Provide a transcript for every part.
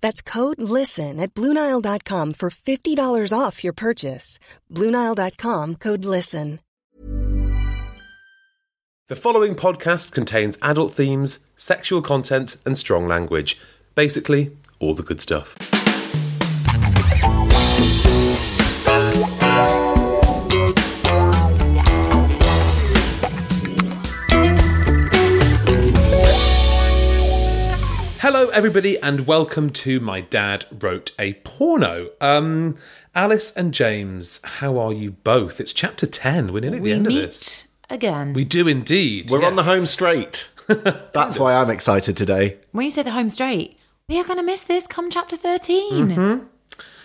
That's code LISTEN at Bluenile.com for $50 off your purchase. Bluenile.com code LISTEN. The following podcast contains adult themes, sexual content, and strong language. Basically, all the good stuff. Hello, everybody, and welcome to My Dad Wrote a Porno. Um, Alice and James, how are you both? It's chapter 10. We're nearly at the we end meet of this. again. We do indeed. We're on the yes. home straight. That's why I'm excited today. when you say the home straight, we are going to miss this come chapter 13. Mm-hmm.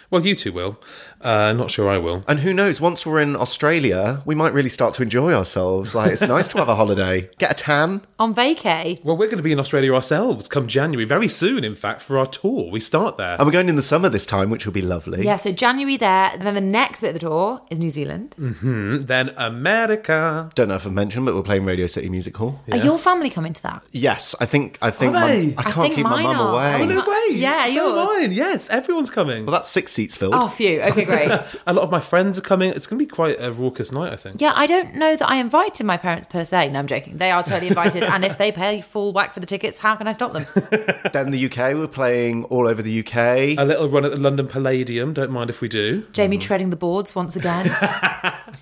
Well, you two will. Uh, not sure I will. And who knows, once we're in Australia, we might really start to enjoy ourselves. Like, it's nice to have a holiday. Get a tan. On vacay. Well, we're going to be in Australia ourselves come January, very soon, in fact, for our tour. We start there. And we're going in the summer this time, which will be lovely. Yeah, so January there, and then the next bit of the tour is New Zealand. Mm. then America. Don't know if I've mentioned, but we're playing Radio City Music Hall. Are your family coming to that? Yes, I think I think Are my- they? I I can't think keep my mine mum are. away. Oh, no. Yeah, so yours. mine. Yes, everyone's coming. Well, that's six seats filled. Oh, phew. Okay, great. a lot of my friends are coming. It's going to be quite a raucous night, I think. yeah, I don't know that I invited my parents per se. No, I'm joking. They are totally invited. and if they pay full whack for the tickets, how can I stop them? Then the UK, we're playing all over the UK. A little run at the London Palladium. Don't mind if we do. Jamie treading the boards once again.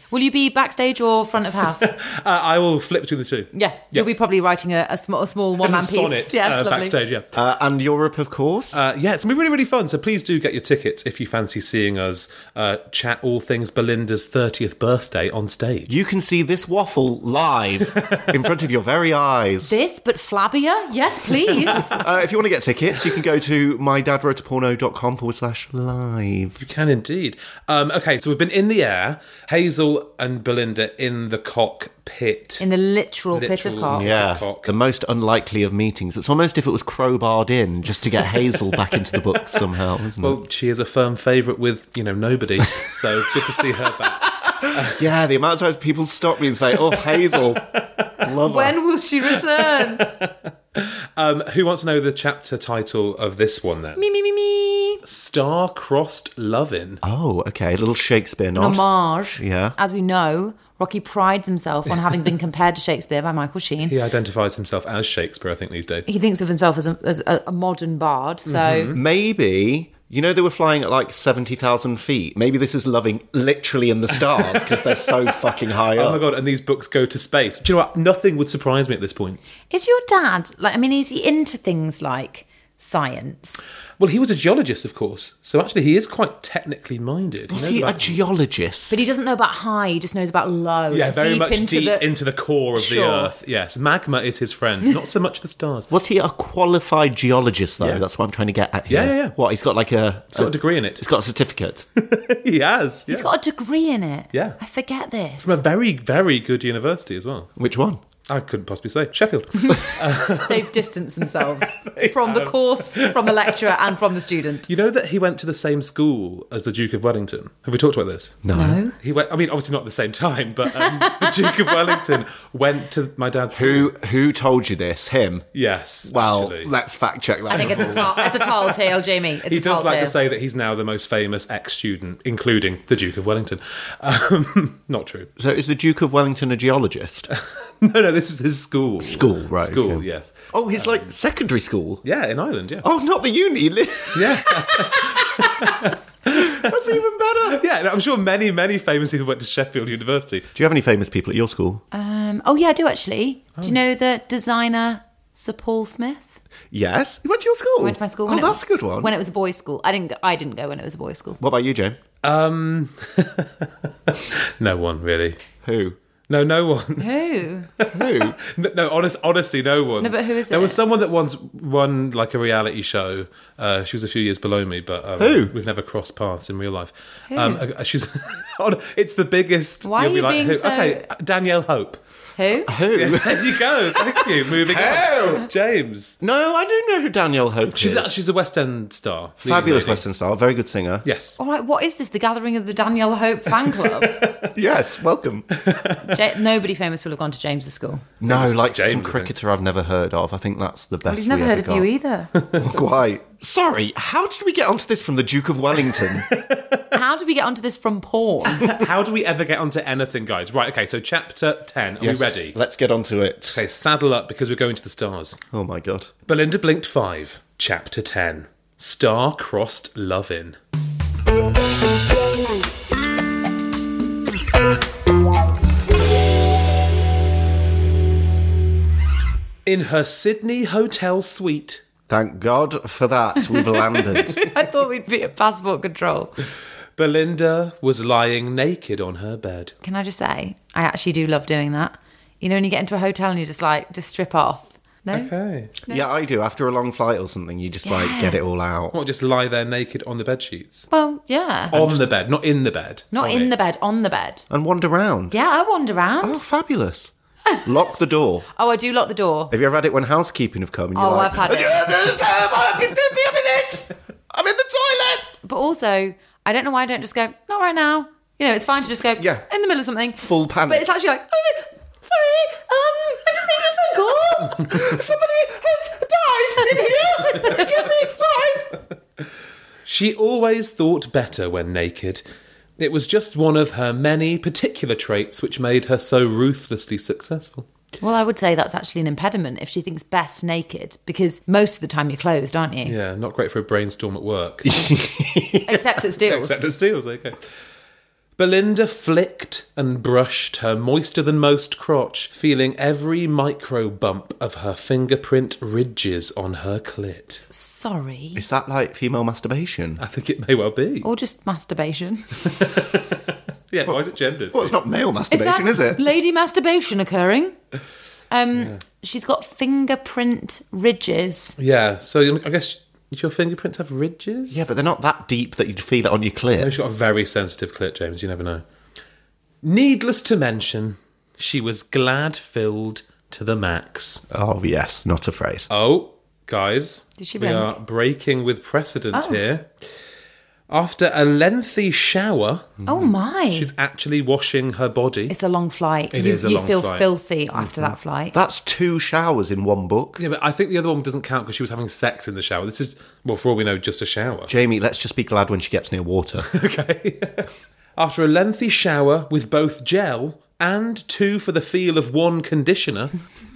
Will you be backstage or front of house? Uh, I will flip between the two. Yeah, you'll be probably writing a, a, small, a small one man piece. Sonnet yes, uh, lovely. backstage, yeah. Uh, and Europe, of course. Uh, yeah, it's going to be really, really fun. So please do get your tickets if you fancy seeing us uh, chat all things Belinda's 30th birthday on stage. you can see this waffle live in front of your very eyes. This, but flabbier? Yes, please. Uh, if you want to get tickets, you can go to mydadwroteaporno.com forward slash live. You can indeed. Um, okay, so we've been in the air. Hazel and Belinda in the cockpit. In the literal, pit of Literal, cock. yeah. the most unlikely of meetings. It's almost if it was crowbarred in just to get Hazel back into the books somehow, isn't it? well, she is a firm favourite with, you know, nobody. So good to see her back. Yeah, the amount of times people stop me and say, "Oh, Hazel, love her." When will she return? Um, who wants to know the chapter title of this one then? me, me, me, me. Star-crossed lovin'. Oh, okay, a little Shakespeare An nod. homage. Yeah. As we know, Rocky prides himself on having been compared to Shakespeare by Michael Sheen. He identifies himself as Shakespeare, I think, these days. He thinks of himself as a, as a, a modern bard. So Mm-hmm. Maybe you know they were flying at like seventy thousand feet. Maybe this is loving literally in the stars because they're so fucking high up. Oh my god! And these books go to space. Do you know what? Nothing would surprise me at this point. is your dad, like, I mean, is he into things like science? Well, he was a geologist, of course. So actually, he is quite technically minded. Was knows he a about- geologist? But he doesn't know about high, he just knows about low. Yeah, very deep much into deep the, into the core of Sure. the earth. Yes, magma is his friend, not so much the stars. was he a qualified geologist though? Yeah. That's what I'm trying to get at here. Yeah, yeah, yeah. What he's got like a He's got a degree in it. He's got a certificate. he has. Uh, He's yeah. got a degree in it. Yeah. I forget this. from a very, very good university as well. Which one? I couldn't possibly say Sheffield. They've distanced themselves from the course, from the lecturer, and from the student. you know that he went to the same school as the Duke of Wellington. Have we talked about this? No. He went. I mean, obviously not at the same time, but um, the Duke of Wellington went to my dad's. Who who told you this? Him. Yes. Well, actually. let's fact check that. I think it's a tall, it's a tall tale, Jamie. It's he a tall does like tale. to say that he's now the most famous ex-student, including the Duke of Wellington. Um, not true. so is the Duke of Wellington a geologist? No, no, this was his school. School, right, School, okay. yes. Oh, his like secondary school. Yeah, in Ireland, yeah. Oh, not the uni. Yeah. That's even better. yeah, and I'm sure many, many famous people went to Sheffield University. Do you have any famous people at your school? Um, oh yeah, I do actually. Do you know the designer Sir Paul Smith? yes. You went to your school? Went to my school. Oh, when it that's a was- good one. When it was a boys' school, I didn't. Go, I didn't go when it was a boys' school. what about you, Jane? No one, really. Who? No, no one. Who? Who? No, no honest, honestly, no one. No, but who is There was it? someone that once won like a reality show. Uh, she was a few years below me, but um, Who? We've never crossed paths in real life. Um, uh, she's. hon- it's the biggest. Why are you'll be you like, being who? so- Okay, uh, Danielle Hope. Who? Who? There you go. Thank you. Moving on. James. no, I don't know who Danielle Hope She's is. a, she's a West End star. leading Fabulous lady. Western star, very good singer. Yes. All right, what is this? The gathering of the Danielle Hope fan club? Yes, welcome. ja- nobody famous will have gone to James's school. No, like James, I some think. cricketer I've never heard of. I think that's the best. Well, he's never we heard ever of you got. either. Quite. Sorry, how did we get onto this from the Duke of Wellington? How did we get onto this from porn? How do we ever get onto anything, guys? Right. Okay. So chapter ten. Are Yes, we ready? Let's get onto it. Okay. Saddle up because we're going to the stars. Oh my god. Belinda blinked five. Chapter ten. Star-crossed lovin'. In her Sydney hotel suite, Thank God for that. We've landed. I thought we'd be at passport control. Belinda was lying naked on her bed. Can I just say, I actually do love doing that. You know, when you get into a hotel and you just like, just strip off. No? Okay. Yeah, I do. After a long flight or something, you just like get it all out. What, just lie there naked on the bed sheets? Well, yeah. On the bed, not in the bed. On Not in it. the bed, on the bed. And wander around. Yeah, I wander around. Oh, Oh, fabulous. Lock the door. I do lock the door. Have you ever had it when housekeeping have come and you're Oh, like, I've had it. Give me a minute! I'm in the toilet! But also, I don't know why I don't just go, not right now. You know, it's fine to just go, Yeah. in the middle of something. Full panic. But it's actually like, oh, no, sorry, um, I'm just making a phone call. Somebody has died in here! Give me five! She always thought better when naked. It was just one of her many particular traits which made her so ruthlessly successful. Well, I would say that's actually an impediment if she thinks best naked, because most of the time you're clothed, aren't you? Yeah, not great for a brainstorm at work. Except at Steele's. Except at Steele's, okay. Belinda flicked and brushed her moister than most crotch, feeling every micro bump of her fingerprint ridges on her clit. Sorry. Is that like female masturbation? I think it may well be. Or just masturbation. Yeah, why is it gendered? Well, it's not male masturbation, is, it? lady masturbation occurring? Um, She's got fingerprint ridges. Yeah, so I guess your fingerprints have ridges? Yeah, but they're not that deep that you'd feel it on your No, clit. she's got a very sensitive clit, James. You never know. Needless to mention, she was glad filled to the max. Oh, yes, not a phrase. Oh, guys. Did she we blink? are breaking with precedent Oh. here. After a lengthy shower, Oh my! Mm-hmm. she's actually washing her body. it's a long flight. It you, is a you long feel flight. Mm-hmm. filthy after that flight. That's two showers in one book. yeah, but I think the other one doesn't count because she was having sex in the shower. This is, well, for all we know, just a shower. Jamie, let's just be glad when she gets near water. Okay. After a lengthy shower with both gel and two for the feel of one conditioner,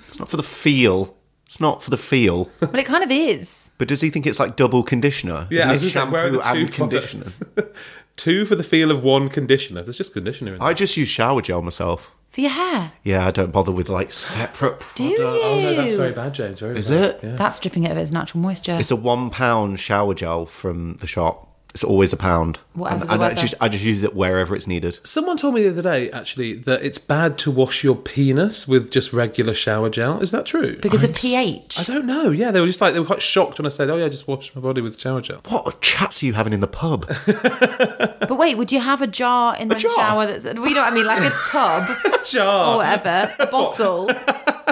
it's not for the feel. It's not for the feel. well, it kind of is. But does he think it's like double conditioner? Yeah, I was Isn't it just like, where are shampoo the two and conditioner? products? two for the feel of one conditioner. There's just conditioner in there. I just use shower gel myself. For your hair, Yeah, I don't bother with like separate products. do you? Oh, No, that's very bad, James. Very Is bad. it? That's stripping it of its natural moisture. It's a one pound shower gel from the shop. It's always a pound. Whatever and the and I, weather. just, I just use it wherever it's needed. Someone told me the other day, actually, that it's bad to wash your penis with just regular shower gel. Is that true? because of pH. I don't know. Yeah, they were just like they were quite shocked when I said, "Oh yeah, I just wash my body with shower gel." What chats are you having in the pub? But wait, would you have a jar in the jar? shower that's well, you know what I mean, like a tub or Jar whatever, a bottle that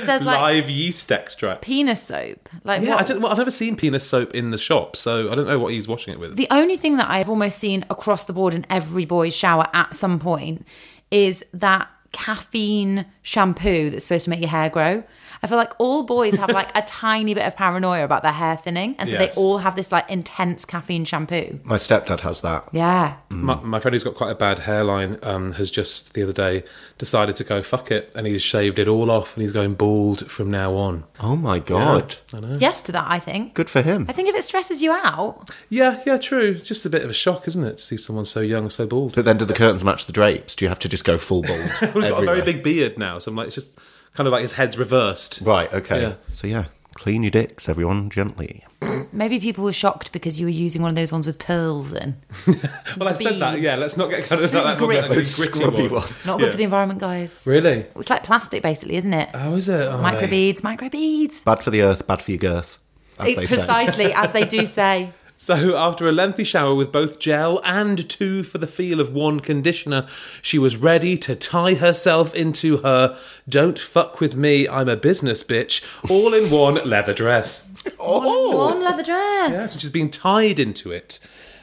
says Oh, like live yeast extract. penis soap. Like Yeah, what? I don't, well, I've never seen penis soap in the shop, so I don't know what he's washing it with. the only thing that I've almost seen across the board in every boy's shower at some point is that caffeine shampoo that's supposed to make your hair grow. I feel like all boys have like a tiny bit of paranoia about their hair thinning, and so Yes. they all have this like intense caffeine shampoo. My stepdad has that. Yeah, My, my friend who's got quite a bad hairline um, has just the other day decided to go fuck it, and he's shaved it all off, and he's going bald from now on. Oh my god. yes to that. I think. Good for him. I think if it stresses you out, Yeah, yeah, true. Just a bit of a shock, isn't it, to see someone so young, so bald? But then do the curtains match the drapes? Do you have to just go full bald? He's got a very everywhere? big beard now, so I'm like, it's just kind of like his head's reversed. Right, okay. Yeah. So yeah, clean your dicks, everyone, gently. maybe people were shocked because you were using one of those ones with pearls in. Well, I said that. Beads. Yeah, let's not get kind of like that one, Grit. like a gritty Scrubby one. ones. Not good Yeah. for the environment, guys. Really? It's like plastic, basically, isn't it? How is it? Oh, microbeads, microbeads. Bad for the earth, bad for your girth. As It- they say. precisely as they do say. So, after a lengthy shower with both gel and two for the feel of one conditioner, she was ready to tie herself into her don't fuck with me, I'm a business bitch, all in one leather dress. One leather Oh. dress. Yes, she's been tied into it.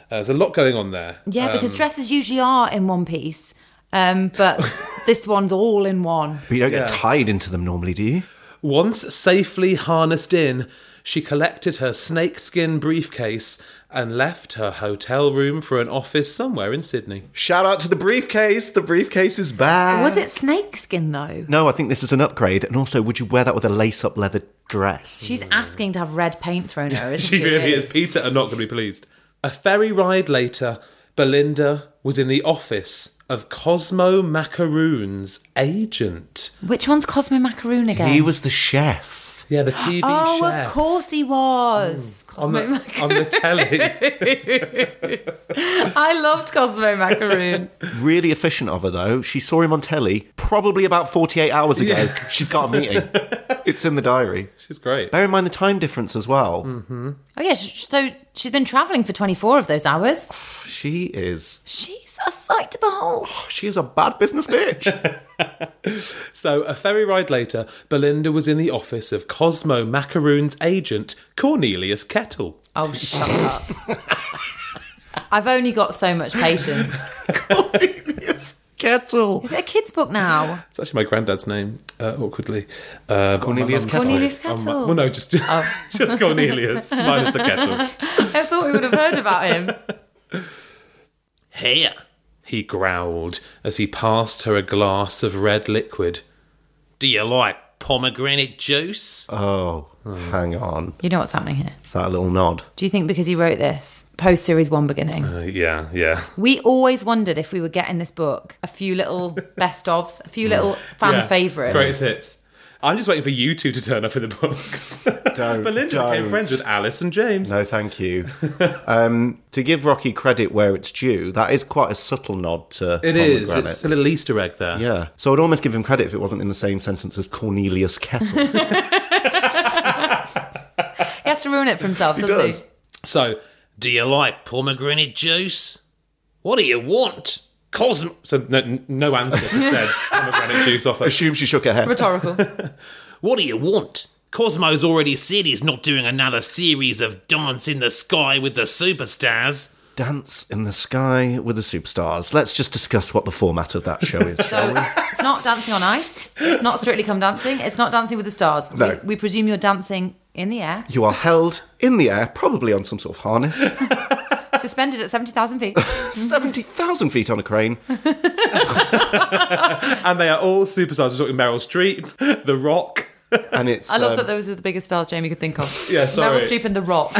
Uh, there's a lot going on there. Yeah, because Um, dresses usually are in one piece, um, but this one's all in one. But you don't get tied into them normally, do you? Once safely harnessed in, she collected her snakeskin briefcase and left her hotel room for an office somewhere in Sydney. Shout out to the briefcase. The briefcase is back. Was it snakeskin though? No, I think this is an upgrade. And also, would you wear that with a lace-up leather dress? She's asking to have red paint thrown at her, isn't she? She really is. Peter are not going to be pleased. A ferry ride later, Belinda was in the office of Cosmo Macaroon's agent. Which one's Cosmo Macaroon again? He was the chef. Yeah, the TV oh, chef. Mm. of course he was. On Cosmo the, Macaroon. on the telly. I loved Cosmo Macaroon. Really efficient of her, though. She saw him on telly probably about 48 hours ago. She's got a meeting. it's in the diary. She's great. Bear in mind the time difference as well. Hmm. oh yeah, sh- so she's been travelling for 24 of those hours. She is. She's a sight to behold. She is a bad business bitch. So, a ferry ride later, Belinda was in the office of Cosmo Macaroon's agent, Cornelius Kettle. Oh, shut up. I've only got so much patience. Cornelius Kettle. Is it a kid's book now? It's actually my granddad's name, uh, awkwardly. Uh, but Cornelius my mum's- Kettle. Cornelius on my- Kettle. Oh. well, no, just, just Cornelius, minus the kettle. I thought we would have heard about him. Here, he growled as he passed her a glass of red liquid. Do you like pomegranate juice? Oh, Hmm. hang on. You know what's happening here. It's that little nod. Do you think because he wrote this post series one beginning, Uh, yeah, yeah. we always wondered if we were getting this book a few little best ofs, a few little fan yeah. favorites. Greatest hits. I'm just waiting for you two to turn up in the books. Don't, Belinda became don't. friends with Alice and James. No, thank you. um, to give Rocky credit where it's due, that is quite a subtle nod to It is. pomegranate. It's a little Easter egg there. yeah. So I'd almost give him credit if it wasn't in the same sentence as Cornelius Kettle. He has to ruin it for himself, doesn't he? does. So, do you like pomegranate juice? What do you want? Cosmo. So, no, n- no answer. Just said pomegranate juice offer. Assume she shook her head. Rhetorical. What do you want? Cosmo's already said he's not doing another series of Dance in the Sky with the Superstars. Dance in the Sky with the Superstars. Let's just discuss what the format of that show is. So it's not dancing on ice. It's not strictly come dancing. It's not dancing with the stars. No. We, we presume you're dancing in the air, you are held in the air, probably on some sort of harness, suspended at 70,000 feet. 70,000 feet on a crane. And they are all superstars. We're talking Meryl Streep, The Rock. And it's. I love um, that those are the biggest stars Jamie could think of. Yeah, sorry. Meryl Streep and The Rock.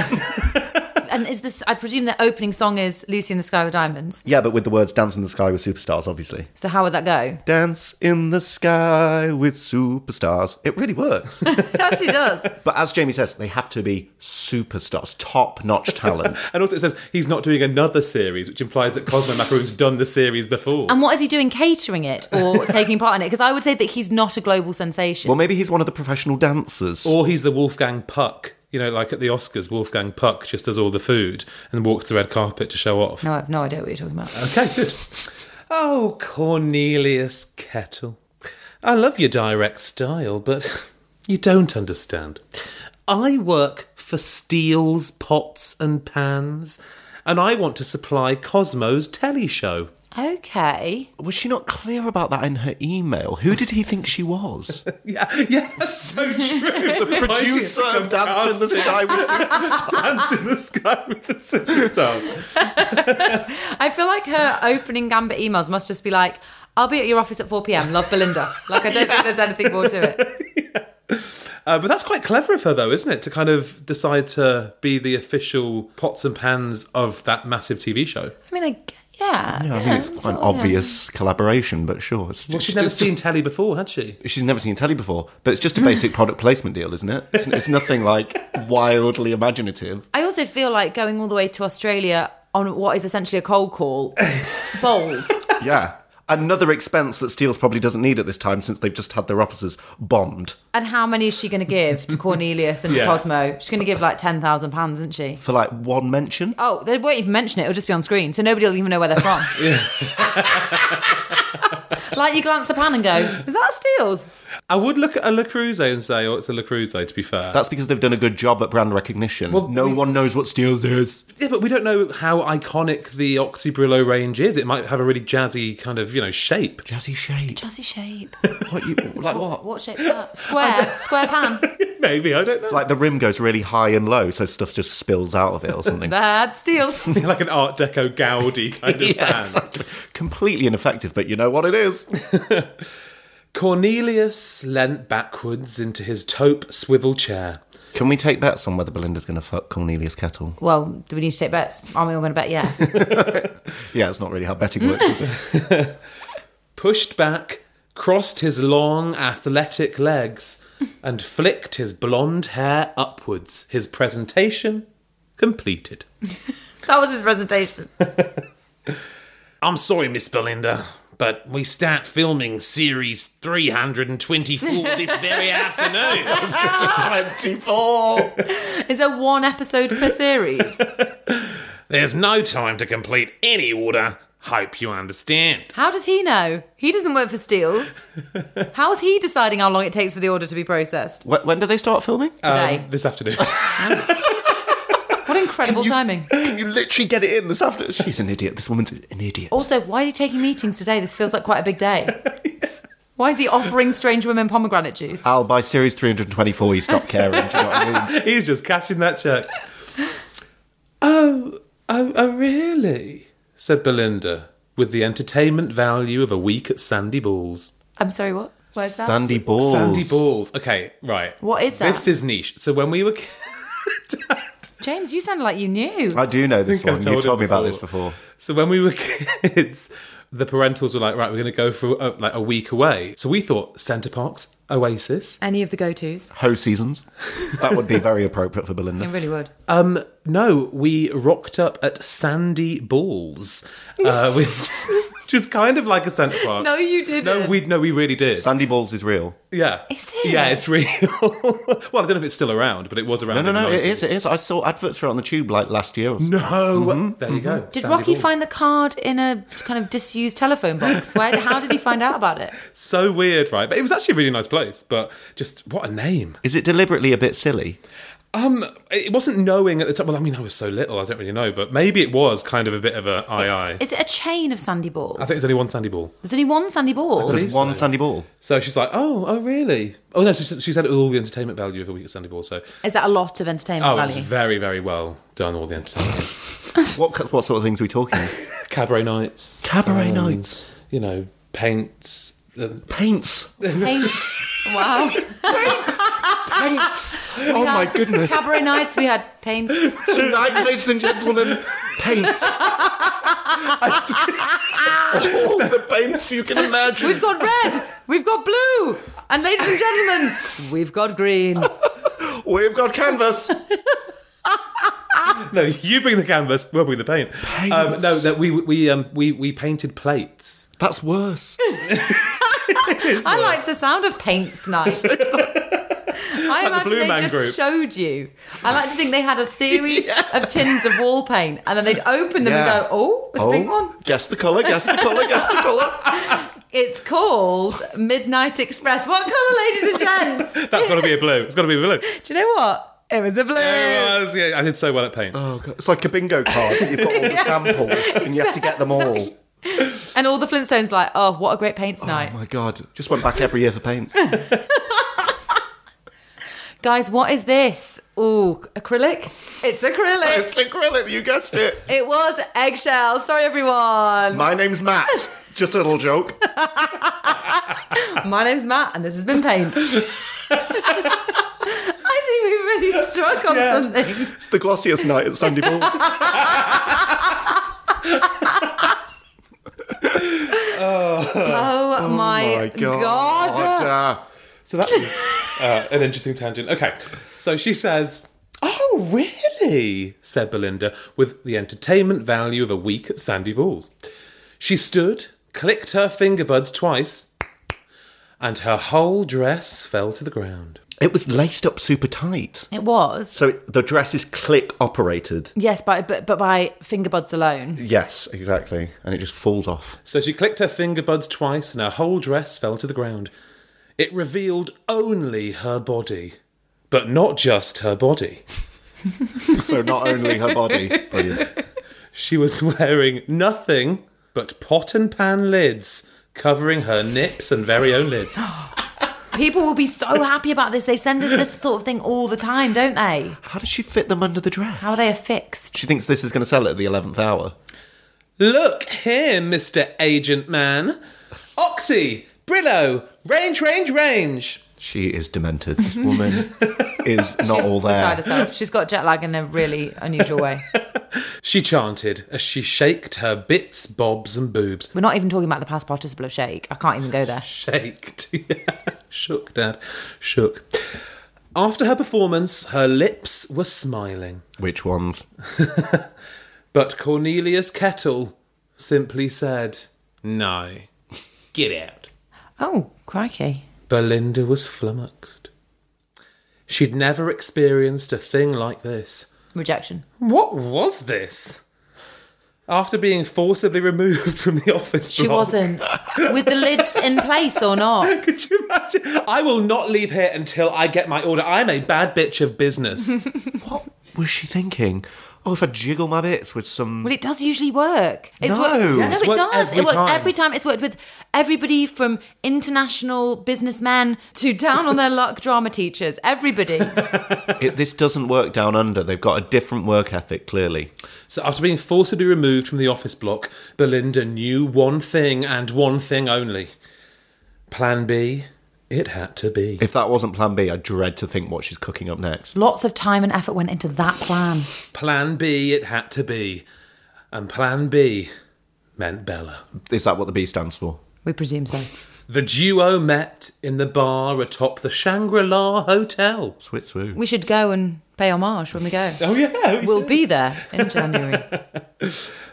and is this, I presume their opening song is Lucy in the Sky with Diamonds. yeah, but with the words Dance in the Sky with Superstars, obviously. So how would that go? Dance in the Sky with Superstars. It really works. It actually does. But as Jamie says, they have to be superstars, top notch talent. And also it says he's not doing another series, which implies that Cosmo Macaroon's done the series before. And what is he doing? Catering it or taking part in it? Because I would say that he's not a global sensation. well, maybe he's one of the professional dancers. or he's the Wolfgang Puck. You know, like at the Oscars, Wolfgang Puck just does all the food and walks the red carpet to show off. no, I have no idea what you're talking Uh, about. Okay, good. Oh, Cornelius Kettle. I love your direct style, but you don't understand. I work for Steels, Pots and Pans, and I want to supply Cosmo's telly show. Okay. Was she not clear about that in her email? Who did he think she was? Yeah, yeah, that's so true. the producer of Dance in the Sky with Dance in the Sky with the Superstars. I feel like her opening gambit emails must just be like, I'll be at your office at 4 p.m. Love Belinda. Like, I don't think there's anything more to it. Uh, but that's quite clever of her, though, isn't it? To kind of decide to be the official pots and pans of that massive TV show. I mean, I, g- yeah. Yeah, I mean, it's quite sort an of, yeah. obvious collaboration, but sure. It's Well, just, she'd never just- seen telly before, had she? she's never seen telly before, but it's just a basic product placement deal, isn't it? It's, it's nothing like wildly imaginative. I also feel like going all the way to Australia on what is essentially a cold call. Bold. Yeah. Another expense that Steele's probably doesn't need at this time since they've just had their officers bombed And how many is she going to give to Cornelius and to Yeah. Cosmo? She's going to give like £10,000, isn't she? for like one mention. Oh, they won't even mention it. It'll just be on screen. So nobody will even know where they're from. like you glance at Pan and go, is that Steele's? I would look at a La Cruze and say, oh, it's a La Cruze, to be fair. That's because they've done a good job at brand recognition. no one knows what Steele's is. yeah, but we don't know how iconic the Oxy Brillo range is. It might have a really jazzy kind of, you know, shape. Jazzy shape. Jazzy shape. What you, like what? What shape's that? Square. Square pan. Maybe, I don't know. Like the rim goes really high and low, so stuff just spills out of it or something. That's Steele's. like an Art Deco Gaudi kind of yeah, band. exactly. Completely ineffective, but you know what it is. Cornelius leant backwards into his taupe swivel chair. Can we take bets on whether Belinda's going to fuck Cornelius Kettle? Well, do we need to take bets? Aren't we all going to bet yes? Yeah, it's not really how betting works. Is it? Pushed back, crossed his long, athletic legs, and flicked his blonde hair upwards. His presentation completed. that was his presentation. I'm sorry, Miss Belinda, but we start filming series 324 this very afternoon. 24. Is there one episode per series? There's no time to complete any order. Hope you understand. How does he know? He doesn't work for Steele's. How is he deciding how long it takes for the order to be processed Wh- when do they start filming? today? This afternoon. what incredible timing. Can you literally get it in this afternoon? She's an idiot. This woman's an idiot. Also, why are you taking meetings today? This feels like quite a big day. Why is he offering strange women pomegranate juice? Al, by series 324, you stop caring. do you know what I mean? He's just cashing that check. oh, oh, oh, really? said Belinda, with the entertainment value of a week at Sandy Balls. I'm sorry, what? Where's that? Sandy Balls. Sandy Balls. Okay, right. What is that? This is niche. So when we were. James, you sound like you knew. I do know this think one. I've You told told it me about this before. before. So when we were kids, the parentals were like, right, we're going to go for uh, like a week away. So we thought Centre Parks, Oasis. Any of the go tos? Ho seasons. That would be very appropriate for Belinda. It really would. Um, no, we rocked up at Sandy Balls, uh, with, which is kind of like a Centre Parks. No, you No, didn't. we no, we really did. Sandy Balls is real. Yeah. Is it? Yeah, it's real. well, I don't know if it's still around, but it was around. No, no, in the no, it 90s. is, it is. I saw adverts for it on the tube like last year or something. No. Mm-hmm. There you go. Did Sandy Rocky Balls. find the card in a kind of disused telephone box? Where? How did he find out about it? So weird, right? But it was actually a really nice place, but just what a name. Is it deliberately a bit silly? Um, It wasn't knowing at the time. Well, I mean, I was so little, I don't really know, but maybe it was kind of a bit of a aye aye. Is it a chain of sandy balls? I think there's only one Sandy Ball. There's only one sandy ball. There's one Sandy Ball. So she's like, oh, oh, really? Oh, no, she, she said all the entertainment value of a week at Sandy Ball. So, Is that a lot of entertainment oh, it was value? very, very well done, all the entertainment. What, what sort of things are we talking? Cabaret nights. Cabaret um, nights. You know, paints. um, Paints. Paints. Wow. Oh Paints. oh my goodness. Cabaret nights. We had paints. Tonight, ladies and gentlemen, paints. All the paints you can imagine. We've got red. We've got blue. And ladies and gentlemen, we've got green. We've got canvas. No, you bring the canvas. We'll bring the paint. Um, no, that we we um, we we painted plates. That's worse. I liked the sound of paints night. I imagine Blue they Man just Group. showed you. I like to think they had a series of tins of wall paint, and then they'd open them Yeah. and go, "Oh, it's a pink one. Guess the colour, guess the colour, guess the colour. It's called Midnight Express. What colour, ladies and gents? That's got to be a blue. It's got to be a blue. Do you know what? It was a blue. It was- yeah, I did so well at paint. Oh, God. It's like a bingo card. You've got all the samples and you have to get them all. And all the Flintstones like, oh, what a great paints night. Oh my god! Just went back every year for paints. Guys, what is this? Ooh, acrylic? It's acrylic. acrylic. You guessed it. it was eggshell. Sorry, everyone. My name's Matt. Just a little joke. My name's Matt, and this has been paint. I think we really struck on something. It's the glossiest night at Sunday Ball. Oh, my, god. Uh, So that was uh, an interesting tangent. Okay, so she says, "Oh, really?" said Belinda, with the entertainment value of a week at Sandy Balls. She stood, clicked her finger buds twice, and her whole dress fell to the ground. It was laced up super tight. It was. So it, the dress is click operated. Yes, by, but, but by finger buds alone. Yes, exactly. And it just falls off. So she clicked her finger buds twice, and her whole dress fell to the ground. It revealed only her body, but not just her body. So not only her body, brilliant. She was wearing nothing but pot and pan lids, covering her nips and very own lids. People will be so happy about this. They send us this sort of thing all the time, don't they? How does she fit them under the dress? How they are fixed. She thinks this is going to sell it at the eleventh hour. Look here, Mr. Agent Man. Oxy, Brillo, range, range, range. She is demented. This woman is not all Beside there. herself. She's got jet lag in a really unusual way. She chanted as she shaked her bits, bobs, and boobs. We're not even talking about the past participle of shake. I can't even go there. Shaked. Shook, Dad. Shook. After her performance, her lips were smiling. Which ones? But Cornelius Kettle simply said, No. Get out. Oh, crikey. Belinda was flummoxed. She'd never experienced a thing like this. Rejection. What was this? After being forcibly removed from the office, She block- wasn't. With the lids in place or not. Could you imagine? I will not leave here until I get my order. I'm a bad bitch of business. What was she thinking? Oh, if I jiggle my bits with some Well, it does usually work. It's No. worked- Yeah, no, it's it worked does. every It works time. every time. It's worked with everybody from international businessmen to down on their luck drama teachers. Everybody. It, this doesn't work down under. They've got a different work ethic, clearly. so, after being forcibly removed from the office block, Belinda knew one thing and one thing only. Plan B, it had to be. If that wasn't Plan B, I dread to think what she's cooking up next. Lots of time and effort went into that plan. Plan B, it had to be. And Plan B meant Bella. Is that what the B stands for? We presume so. The duo met in the bar atop the Shangri La Hotel. Swit swoo. We should go and pay homage when we go. Oh, yeah. We'll be there in January.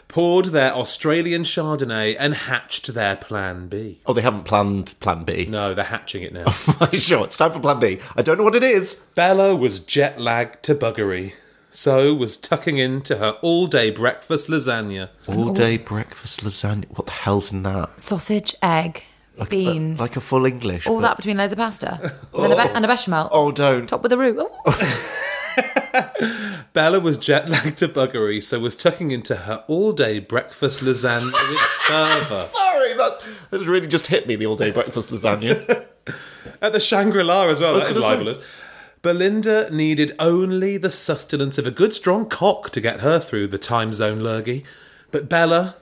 Poured their Australian Chardonnay and hatched their Plan B. Oh, they haven't planned Plan B. No, they're hatching it now. sure, it's time for Plan B. I don't know what it is. Bella was jet lagged to buggery. So was tucking into her all day breakfast lasagna. All day breakfast lasagna. What the hell's in that? Sausage, egg, beans. Like a full English. all but- that between loads of pasta and, a, be- and a bechamel. Oh, don't. Top with a roux. Oh. Bella was jet lagged to buggery, so was tucking into her all day breakfast lasagna with fervour. Sorry, that's, that's really just hit me, the all day breakfast lasagna. At the Shangri La as well. was That is gonna say. libelous. Belinda needed only the sustenance of a good strong cock to get her through the time zone lurgy. But Bella,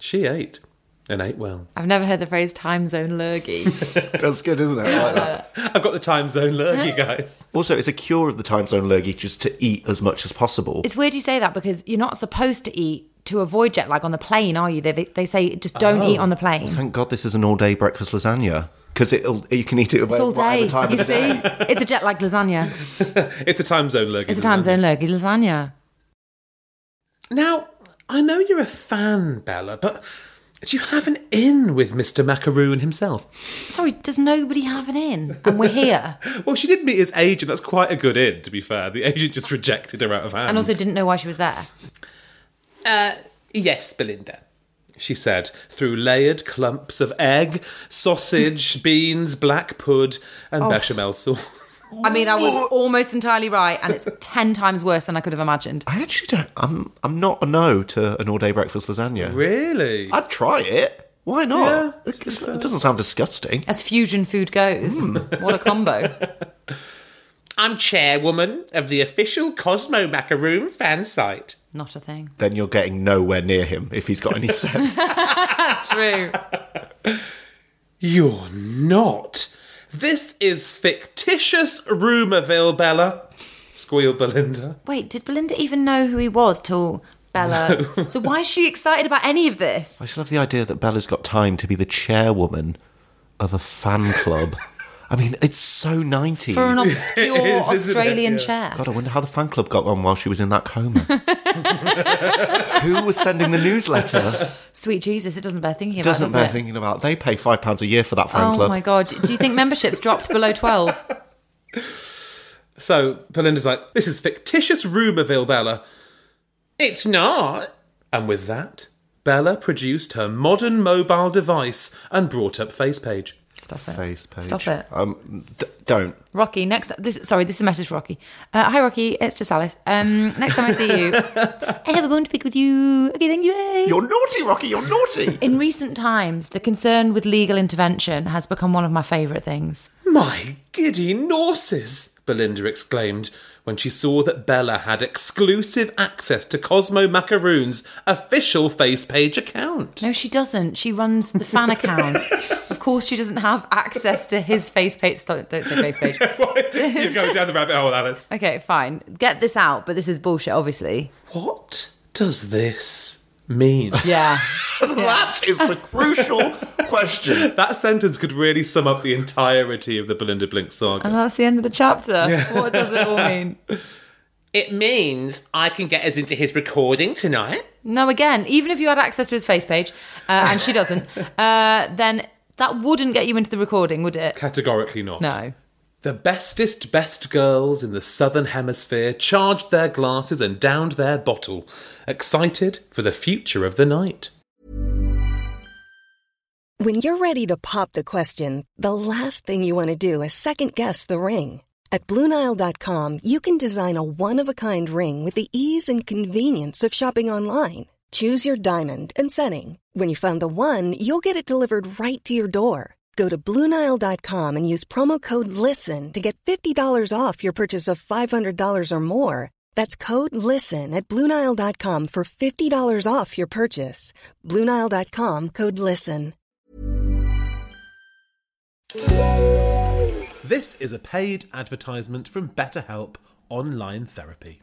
she ate. And ate well. I've never heard the phrase time zone lurgy. that's good, isn't it? I like that. I've got the time zone lurgy, guys. Also, it's a cure of the time zone lurgy just to eat as much as possible. It's weird you say that because you're not supposed to eat to avoid jet lag on the plane, are you? They, they, they say just don't eat on the plane. Oh. Thank God this is an all day breakfast lasagna. Because it'll you can eat it at It's all whatever day. time You of the day. see, it's a jet lag lasagna. It's a time zone lurgy. It's isn't a time it? zone lurgy lasagna. Now, I know you're a fan, Bella, but do you have an in with Mr. Macaroon himself? Sorry, does nobody have an in? And we're here. Well, she did meet his agent. That's quite a good in, to be fair. The agent just rejected her out of hand. and also didn't know why she was there. Uh, yes, Belinda, she said, through layered clumps of egg, sausage, beans, black pud, and bechamel sauce. I mean, I was almost entirely right, and it's 10 times worse than I could have imagined. I actually don't. I'm I'm not a no to an all day breakfast lasagna. Really? I'd try it. Why not? Yeah, It's- it doesn't sound disgusting. As fusion food goes, Hmm. what a combo. I'm chairwoman of the official Cosmo Macaroon fan site. Not a thing. Then you're getting nowhere near him if he's got any sense. True. You're not. This is fictitious rumourville, Bella. Squeal Belinda. Wait, did Belinda even know who he was till Bella? So why is she excited about any of this? I just love the idea that Bella's got time to be the chairwoman of a fan club. I mean, it's so 90s. For an obscure is, isn't it? Australian Yeah. chair. God, I wonder how the fan club got on while she was in that coma. Who was sending the newsletter? Sweet Jesus, it doesn't bear thinking about, Doesn't does bear it? thinking about. They pay five pounds a year for that fan Oh club. my God. Do you think memberships dropped below 12? So Belinda's like, this is fictitious rumourville, Bella. It's not. And with that, Bella produced her modern mobile device and brought up Facepage. Stop it. Face page. Stop it. Um, d- don't. Rocky, next. This, sorry, this is a message for Rocky. Uh, hi, Rocky. It's just Alice. Um, next time I see you, I have a bone to pick with you. Okay, thank you. Bye. You're naughty, Rocky. You're naughty. In recent times, the concern with legal intervention has become one of my favourite things. My giddy Norses! Belinda exclaimed when she saw that Bella had exclusive access to Cosmo Macaroon's official Facepage account. No, she doesn't. She runs the fan account. of course, she doesn't have access to his face page. Stop, don't say face page. You're going down the rabbit hole, Alice. Okay, fine. Get this out, but this is bullshit, obviously. What does this mean? Yeah. That is the crucial question. that sentence could really sum up the entirety of the Belinda Blink saga. And that's the end of the chapter. What does it all mean? It means I can get us into his recording tonight. No, again, even if you had access to his face page, uh, and she doesn't, uh, then that wouldn't get you into the recording, would it? Categorically not. No. The bestest best girls in the southern hemisphere charged their glasses and downed their bottle, excited for the future of the night. When you're ready to pop the question, the last thing you want to do is second guess the ring. At Bluenile.com, you can design a one of a kind ring with the ease and convenience of shopping online. Choose your diamond and setting. When you find the one, you'll get it delivered right to your door. Go to Bluenile.com and use promo code LISTEN to get $50 off your purchase of $500 or more. That's code LISTEN at Bluenile.com for $50 off your purchase. Bluenile.com code LISTEN. This is a paid advertisement from BetterHelp Online Therapy.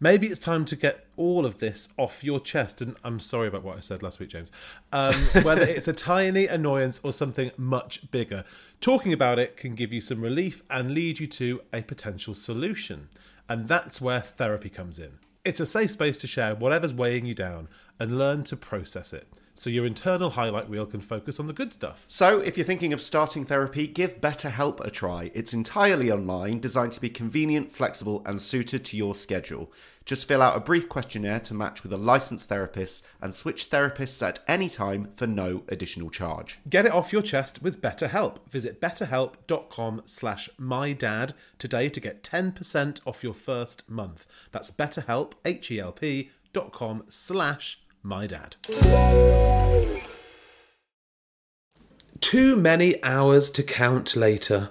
Maybe it's time to get all of this off your chest. And I'm sorry about what I said last week, James. Um, whether it's a tiny annoyance or something much bigger, talking about it can give you some relief and lead you to a potential solution. And that's where therapy comes in. It's a safe space to share whatever's weighing you down and learn to process it so your internal highlight reel can focus on the good stuff. So, if you're thinking of starting therapy, give BetterHelp a try. It's entirely online, designed to be convenient, flexible, and suited to your schedule. Just fill out a brief questionnaire to match with a licensed therapist and switch therapists at any time for no additional charge. Get it off your chest with BetterHelp. Visit betterhelp.com slash mydad today to get 10% off your first month. That's betterhelp, H-E-L-P dot com slash mydad. Too many hours to count later.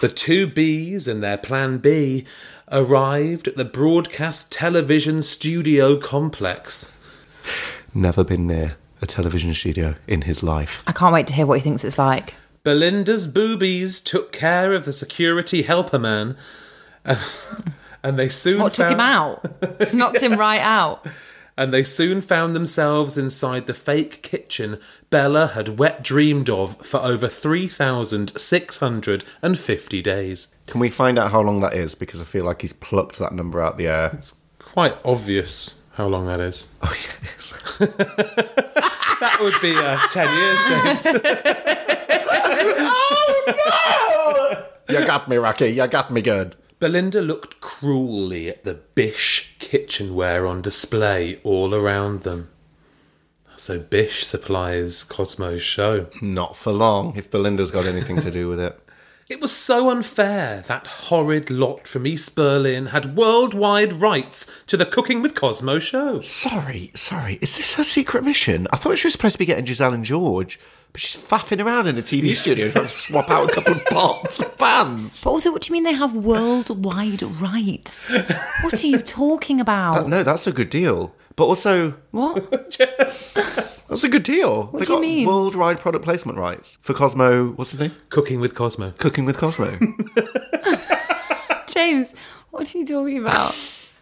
The two Bs and their plan B arrived at the broadcast television studio complex. Never been near a television studio in his life. I can't wait to hear what he thinks it's like. Belinda's boobies took care of the security helper man, and they soon What took found, him out? Knocked him right out. And they soon found themselves inside the fake kitchen Bella had wet dreamed of for over three thousand six hundred and fifty days. Can we find out how long that is? Because I feel like he's plucked that number out the air. Quite obvious how long that is. Oh, yes. That would be uh, ten years. James. oh, got me, Rocky. You got me good. Belinda looked cruelly at the Bish kitchenware on display all around them. So Bish supplies Cosmo's show. Not for long, if Belinda's got anything to do with it. It was so unfair that horrid lot from East Berlin had worldwide rights to the Cooking with Cosmo show. Sorry, sorry. Is this her secret mission? I thought she was supposed to be getting Giselle and George, but she's faffing around in a TV studio trying to swap out a couple of pots and pans. But also, what do you mean they have worldwide rights? What are you talking about? That- no, that's a good deal. But also, What? that's a good deal. What they do you got mean? Worldwide product placement rights for Cosmo. What's his name? Cooking with Cosmo. Cooking with Cosmo. James, what are you talking about?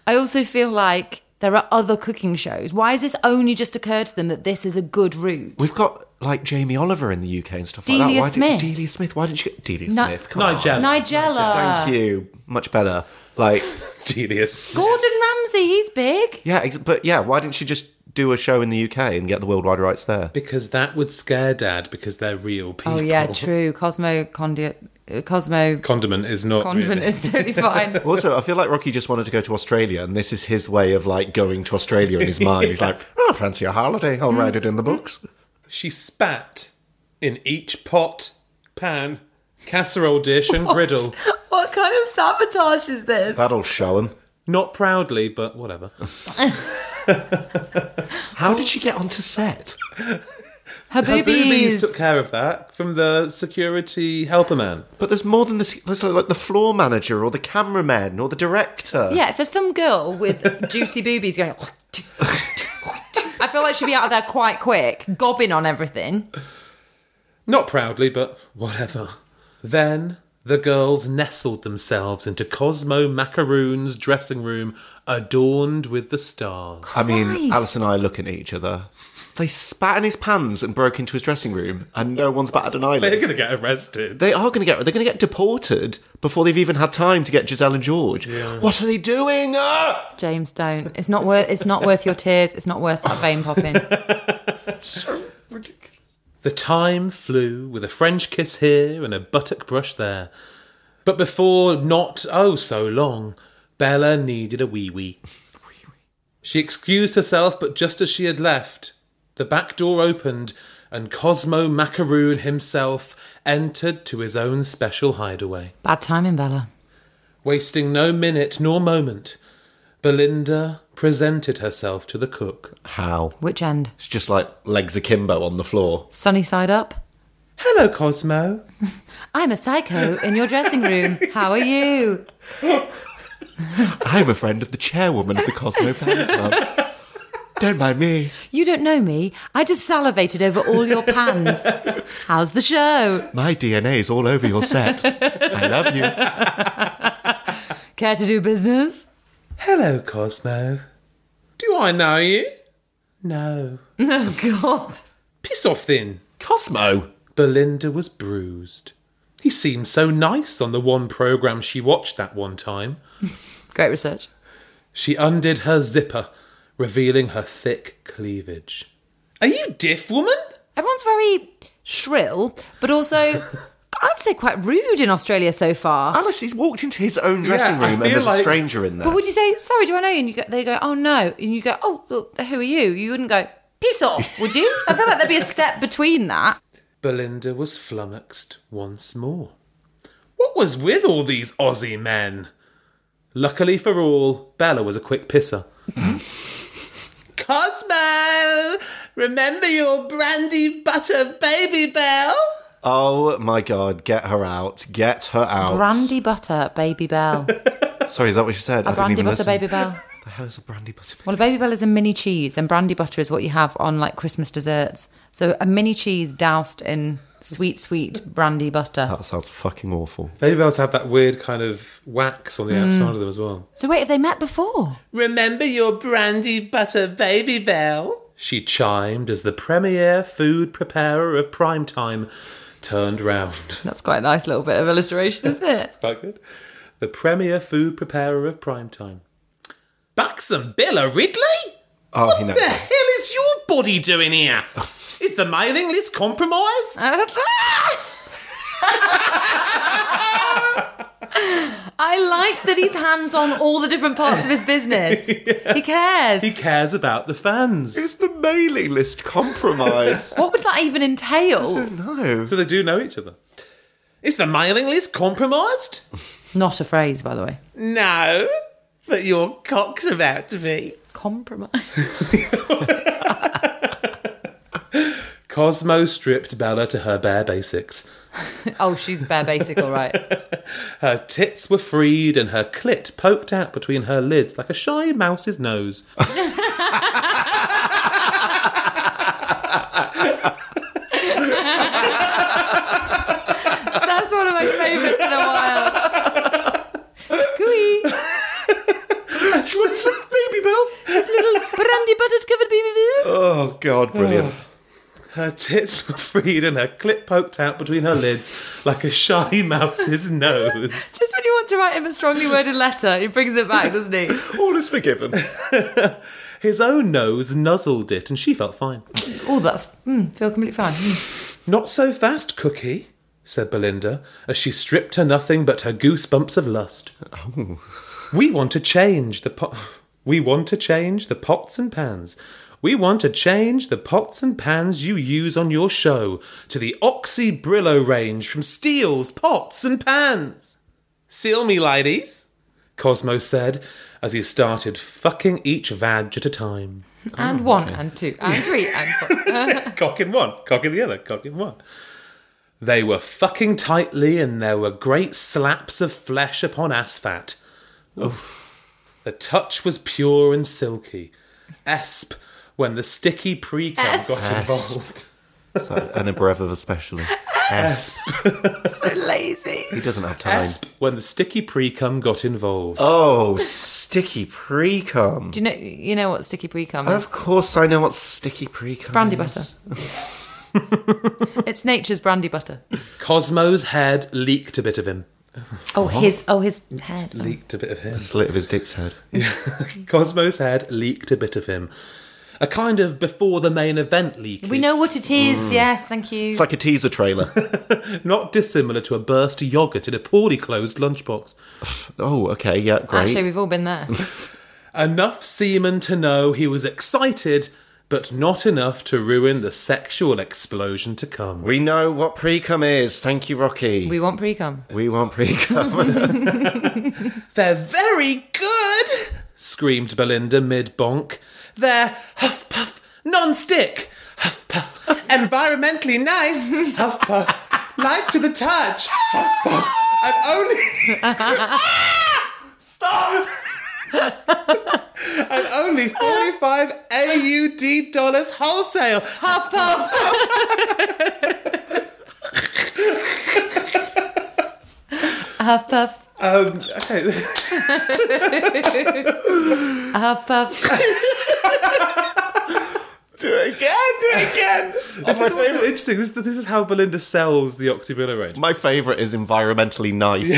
I also feel like there are other cooking shows. Why has this only just occurred to them that this is a good route? We've got like Jamie Oliver in the UK and stuff like Delia that. Why Smith. Did, Delia Smith. Why didn't you get Delia No- Smith? Come Nigel. Nigella. on. Thank you. Much better. Like, Devious. Gordon Ramsay, he's big. yeah, ex- but yeah, why didn't she just do a show in the UK and get the worldwide rights there? Because that would scare Dad because they're real people. Oh yeah, true. Cosmo condi- uh, Cosmo Condiment is not. condiment really- is totally fine. Also, I feel like Rocky just wanted to go to Australia, and this is his way of like going to Australia in his mind. He's like, "Oh, fancy a holiday? I'll write it in the books." She spat in each pot, pan, casserole dish, and griddle. what kind of sabotage is this? That'll show him. Not proudly, but whatever. How did she get onto set? Her Her boobies boobies. took care of that from the security helper man. But there's more than this. There's like the floor manager, or the cameraman, or the director. Yeah, if there's some girl with juicy boobies going. I feel like she'd be out of there quite quick, gobbing on everything. Not proudly, but whatever. Then the girls nestled themselves into Cosmo Macaroon's dressing room, adorned with the stars. I mean, Christ. Alice and I look at each other. They spat in his pans and broke into his dressing room, and no one's batted an They're eyelid. going to get arrested. They are going to get. They're going to get deported before they've even had time to get Giselle and George. What are they doing? Ah! James, don't. It's not worth. It's not worth your tears. It's not worth that vein popping. The time flew with a French kiss here and a buttock brush there. But before not oh so long, Bella needed a wee wee. She excused herself, but just as she had left, the back door opened and Cosmo Macaroon himself entered to his own special hideaway. Bad timing, Bella. Wasting no minute nor moment, Belinda presented herself to the cook. How? Which end? It's just like legs akimbo on the floor. Sunny side up. Hello, Cosmo. I'm a psycho in your dressing room. How are you? I'm a friend of the chairwoman of the Cosmo Fan Club. Don't mind me. You don't know me. I just salivated over all your pans. How's the show? My DNA's all over your set. I love you. Care to do business? Hello, Cosmo. Do I know you? No. God. Piss off then. Cosmo! Belinda was bruised. He seemed so nice on the one programme she watched that one time. Great research. She undid her zipper, revealing her thick cleavage. Are you deaf, woman? Everyone's very shrill, but also, I would say, quite rude in Australia so far. Alice, he's walked into his own dressing Yeah, I room feel and there's like- a stranger in there. But would you say, sorry, do I know you? And you go, they go, oh no. And you go, oh, look, who are you? You wouldn't go, piss off, would you? I feel like there'd be a step between that. Belinda was flummoxed once more. What was with all these Aussie men? Luckily for all, Bella was a quick pisser. Cosmo! Remember your brandy butter baby bell? Oh my god, get her out. Get her out. Brandy butter, baby bell. Sorry, is that what she said? I A didn't brandy even butter, listen. baby bell. The hell is a brandy butter Well, a baby bell is a mini cheese, and brandy butter is what you have on like Christmas desserts. So a mini cheese doused in sweet, sweet brandy butter. That sounds fucking awful. Baby bells have that weird kind of wax on the outside of them as well. So wait, have they met before? Remember your brandy butter baby bell? She chimed as the premier food preparer of prime time turned round. That's quite a nice little bit of illustration, isn't it? quite good. The premier food preparer of prime time. Bucks and Bella Ridley? Oh, he What knows. the hell is your body doing here? Is the mailing Uh, list compromised? I I like that he's hands on all the different parts of his business. He cares. He cares about the fans. It's the mailing list compromise. what would that even entail? no. So they do know each other. Is the mailing list compromised? Not a phrase, by the way. No, but your cock's about to be. Compromise. Cosmo stripped Bella to her bare basics. Oh, she's bare basic, all right. Her tits were freed and her clit poked out between her lids like a shy mouse's nose. That's one of my favourites in a while. Cooey, She wants a baby bell. little brandy buttered covered baby. Oh, God, brilliant. Her tits were freed and her clit poked out between her lids like a shy mouse's nose. Just when you want to write him a strongly worded letter, he brings it back, doesn't he? All is forgiven. His own nose nuzzled it and she felt fine. Oh, that's mm, feel completely fine. Mm. Not so fast, Cookie, said Belinda, as she stripped her nothing but her goosebumps of lust. We want to change the pot. We want to change the pots and pans. We want to change the pots and pans you use on your show to the Oxy Brillo range from Steele's Pots and Pans. Seal me, ladies, Cosmo said as he started fucking each vag at a time. And one, and two, and three, and four. cock in one, cock in the other, cock in one. They were fucking tightly, and there were great slaps of flesh upon asphalt. The touch was pure and silky. Esp, when the sticky pre cum got Esp. involved. and a brevet especially. so lazy. He doesn't have time. Esp, when the sticky pre cum got involved. Oh, sticky pre-cum. Do you know you know what sticky pre cum Of is? course I know what sticky pre-cum Brandy is. butter. it's nature's brandy butter. Cosmo's head leaked a bit of him. Oh, his oh his head. Leaked a bit of him. Slit of his dick's head. Cosmo's head leaked a bit of him. A kind of before the main event leak. We know what it is. Yes, thank you. It's like a teaser trailer. Not dissimilar to a burst of yogurt in a poorly closed lunchbox. oh, okay, yeah, great. Actually, we've all been there. Enough semen to know he was excited, but not enough to ruin the sexual explosion to come. we know what pre-cum is. Thank you, Rocky. we want pre cum. We want pre-cum. They're very good, screamed Belinda mid bonk. They're huff puff, non stick, huff puff, environmentally nice, huff puff, light to the touch, huff puff, and only. Stop! and only 45 AUD dollars wholesale. Puff puff. Half puff, Um, okay. half puff. do it again, do it again. This Oh, my is also favourite. interesting. This, this is how Belinda sells the Octobilla range. My favourite is environmentally nice.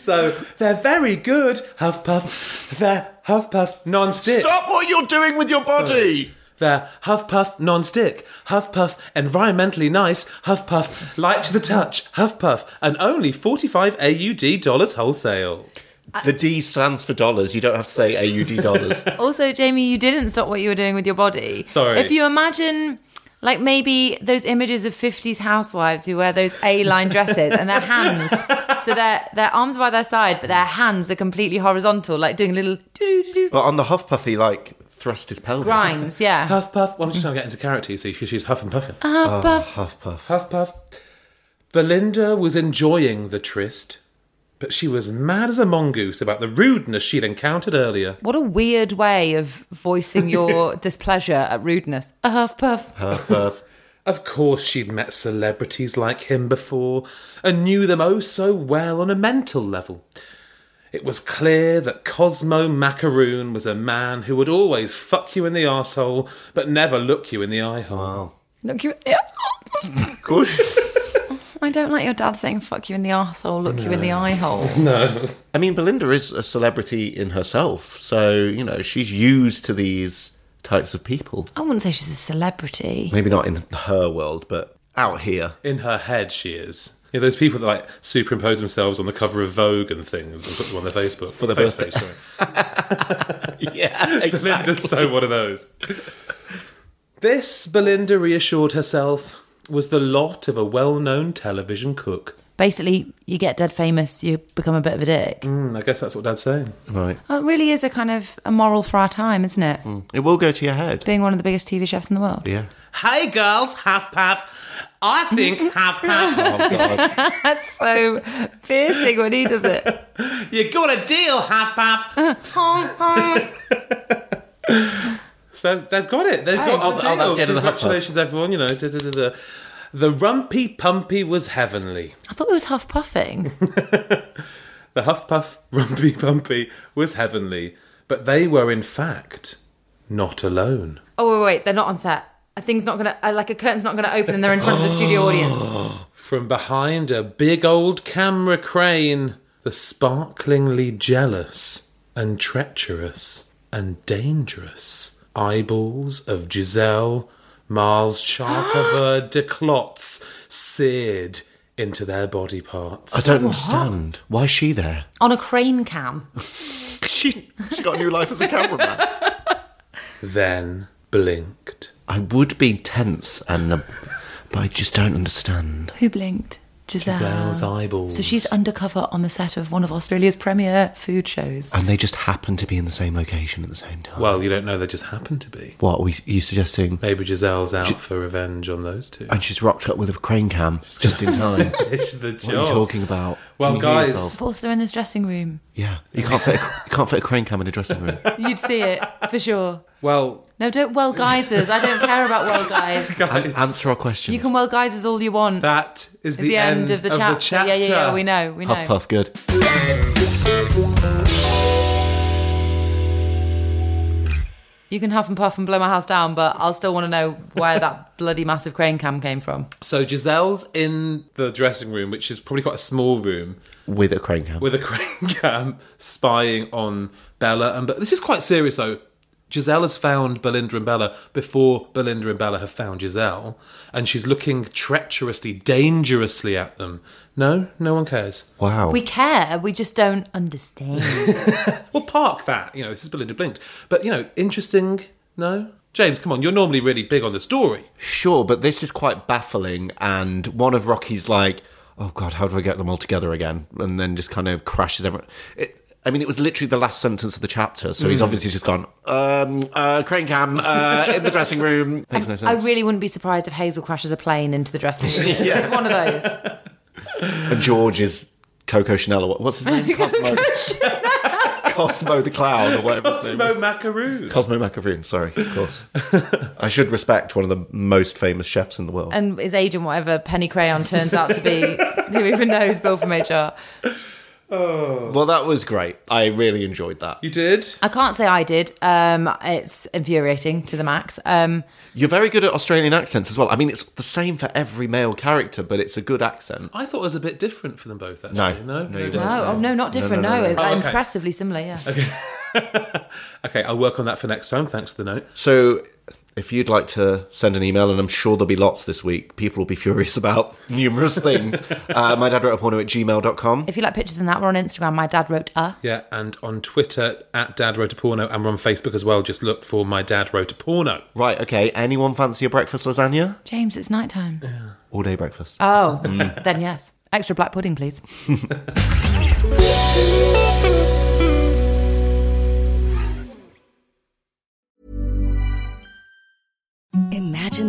So they're very good. Huff puff. They're huff puff non-stick. Stop what you're doing with your body. They're huff puff non-stick. Huff puff environmentally nice. Huff puff light to the touch. Huff puff and only forty-five AUD dollars wholesale. The D stands for dollars. You don't have to say AUD dollars. Also, Jamie, you didn't stop what you were doing with your body. Sorry. If you imagine, like maybe those images of '50s housewives who wear those A-line dresses and their hands, so their their arms are by their side, but their hands are completely horizontal, like doing little doo-doo-doo-doo but on the Huffpuff, he like thrust his pelvis. grinds. Yeah. Huff puff. Well, I'm just trying to get into character. You see, she- she's huff and puffing. Half puff. Huffpuff. Puff puff. Belinda was enjoying the tryst, but she was mad as a mongoose about the rudeness she'd encountered earlier. What a weird way of voicing your displeasure at rudeness. A half puff. Huffpuff. Of course, she'd met celebrities like him before and knew them oh so well on a mental level. It was clear that Cosmo Macaroon was a man who would always fuck you in the arsehole but never look you in the eye hole. Look you. Yeah. Good. I don't like your dad saying "fuck you" in the arsehole, look you in the eye hole. I mean, Belinda is a celebrity in herself, so you know she's used to these types of people. I wouldn't say she's a celebrity. Maybe not in her world, but out here. In her head, she is. Yeah, those people that like superimpose themselves on the cover of Vogue and things and put them on their Facebook for their face birthday. page, sorry. Yeah, exactly. Belinda's so one of those. This, Belinda reassured herself, was the lot of a well known television cook. Basically, you get dead famous, you become a bit of a dick. Hmm, I guess that's what Dad's saying. Right. Oh, it really is a kind of a moral for our time, isn't it? It will go to your head. Being one of the biggest TV chefs in the world. Yeah. Hey girls, half puff. I think half puff. That's so piercing when he does it. You got a deal, half puff. So they've got it. They've got Oh, the oh, deal. that's the end of the half puff. Congratulations, everyone. You know, da, da, da, da. the rumpy pumpy was heavenly. I thought it was half puffing. The huff puff rumpy pumpy was heavenly, but they were in fact not alone. Oh wait, wait, they're not on set. A thing's not gonna, uh, like a curtain's not gonna open, and they're in front of the studio audience. From behind a big old camera crane, the sparklingly jealous and treacherous and dangerous eyeballs of Giselle Mars Sharkova de Klotz seared into their body parts. I don't understand. Why is she there? On a crane cam. She, she got a new life as a cameraman. Then blinked. I would be tense, and um, but I just don't understand. Who blinked? Giselle. Giselle's eyeballs. So she's undercover on the set of one of Australia's premier food shows. And they just happen to be in the same location at the same time. Well, you don't know, they just happen to be. what are, we, are you suggesting? Maybe Giselle's out for revenge on those two. And she's rocked up with a crane cam just in time. what It's the job. are you talking about? Well, Can you hear guys- yourself? But also, they're in his dressing room. Yeah, you can't fit a, you can't fit a crane cam in a dressing room. You'd see it for sure. Well, No, don't well guysers. I don't care about well guys. guys, Answer our questions. You can well guysers all you want. that is It's the, end, of, the, chapter. Yeah, yeah, yeah. We know. We know. Huff puff, good. You can huff and puff and blow my house down, but I'll still want to know where that bloody massive crane cam came from. So Giselle's in the dressing room, which is probably quite a small room, With a crane cam. with a crane cam spying on Bella. And Be- this is quite serious though. Giselle has found Belinda and Bella before Belinda and Bella have found Giselle, and she's looking treacherously, dangerously at them. No, no one cares. wow. We care, we just don't understand. Well, park that. You know, this is Belinda blinked, but you know, interesting. No, James, come on. You're normally really big on the story. Sure, but this is quite baffling. And one of Rocky's like, oh God, how do I get them all together again? And then just kind of crashes everyone. It, I mean, it was literally the last sentence of the chapter. So he's obviously just gone, um, uh, crane cam uh, in the dressing room. Makes no sense. I really wouldn't be surprised if Hazel crashes a plane into the dressing room. It's one of those. and George is Coco Chanel or what, what's his name? Cosmo. Cosmo the clown or whatever. his name is. Cosmo Macaroon. Cosmo Macaroon, sorry, of course. I should respect one of the most famous chefs in the world. And his agent, whatever Penny Crayon turns out to be, who even knows Bill from HR. well, that was great. I really enjoyed that. You did. I can't say I did. Um, it's infuriating to the max. Um, You're very good at Australian accents as well. I mean, it's the same for every male character, but it's a good accent. I thought it was a bit different for them both. Actually, No. no, No, you didn't. no, oh no, not different. No, Oh, okay. impressively similar. Yeah. Okay, I'll work on that for next time. Thanks for the note. So, if you'd like to send an email, and I'm sure there'll be lots this week, people will be furious about numerous things. uh, my dad wrote a porno at gmail.com. If you like pictures in that, we're on Instagram. My dad wrote "Uh, a. Yeah, and on Twitter at Dad Wrote a Porno, and we're on Facebook as well. Just look for My Dad Wrote a Porno. Right, okay. Anyone fancy a breakfast lasagna? James, it's nighttime. All day breakfast. Oh, then yes. Extra black pudding, please. Imagine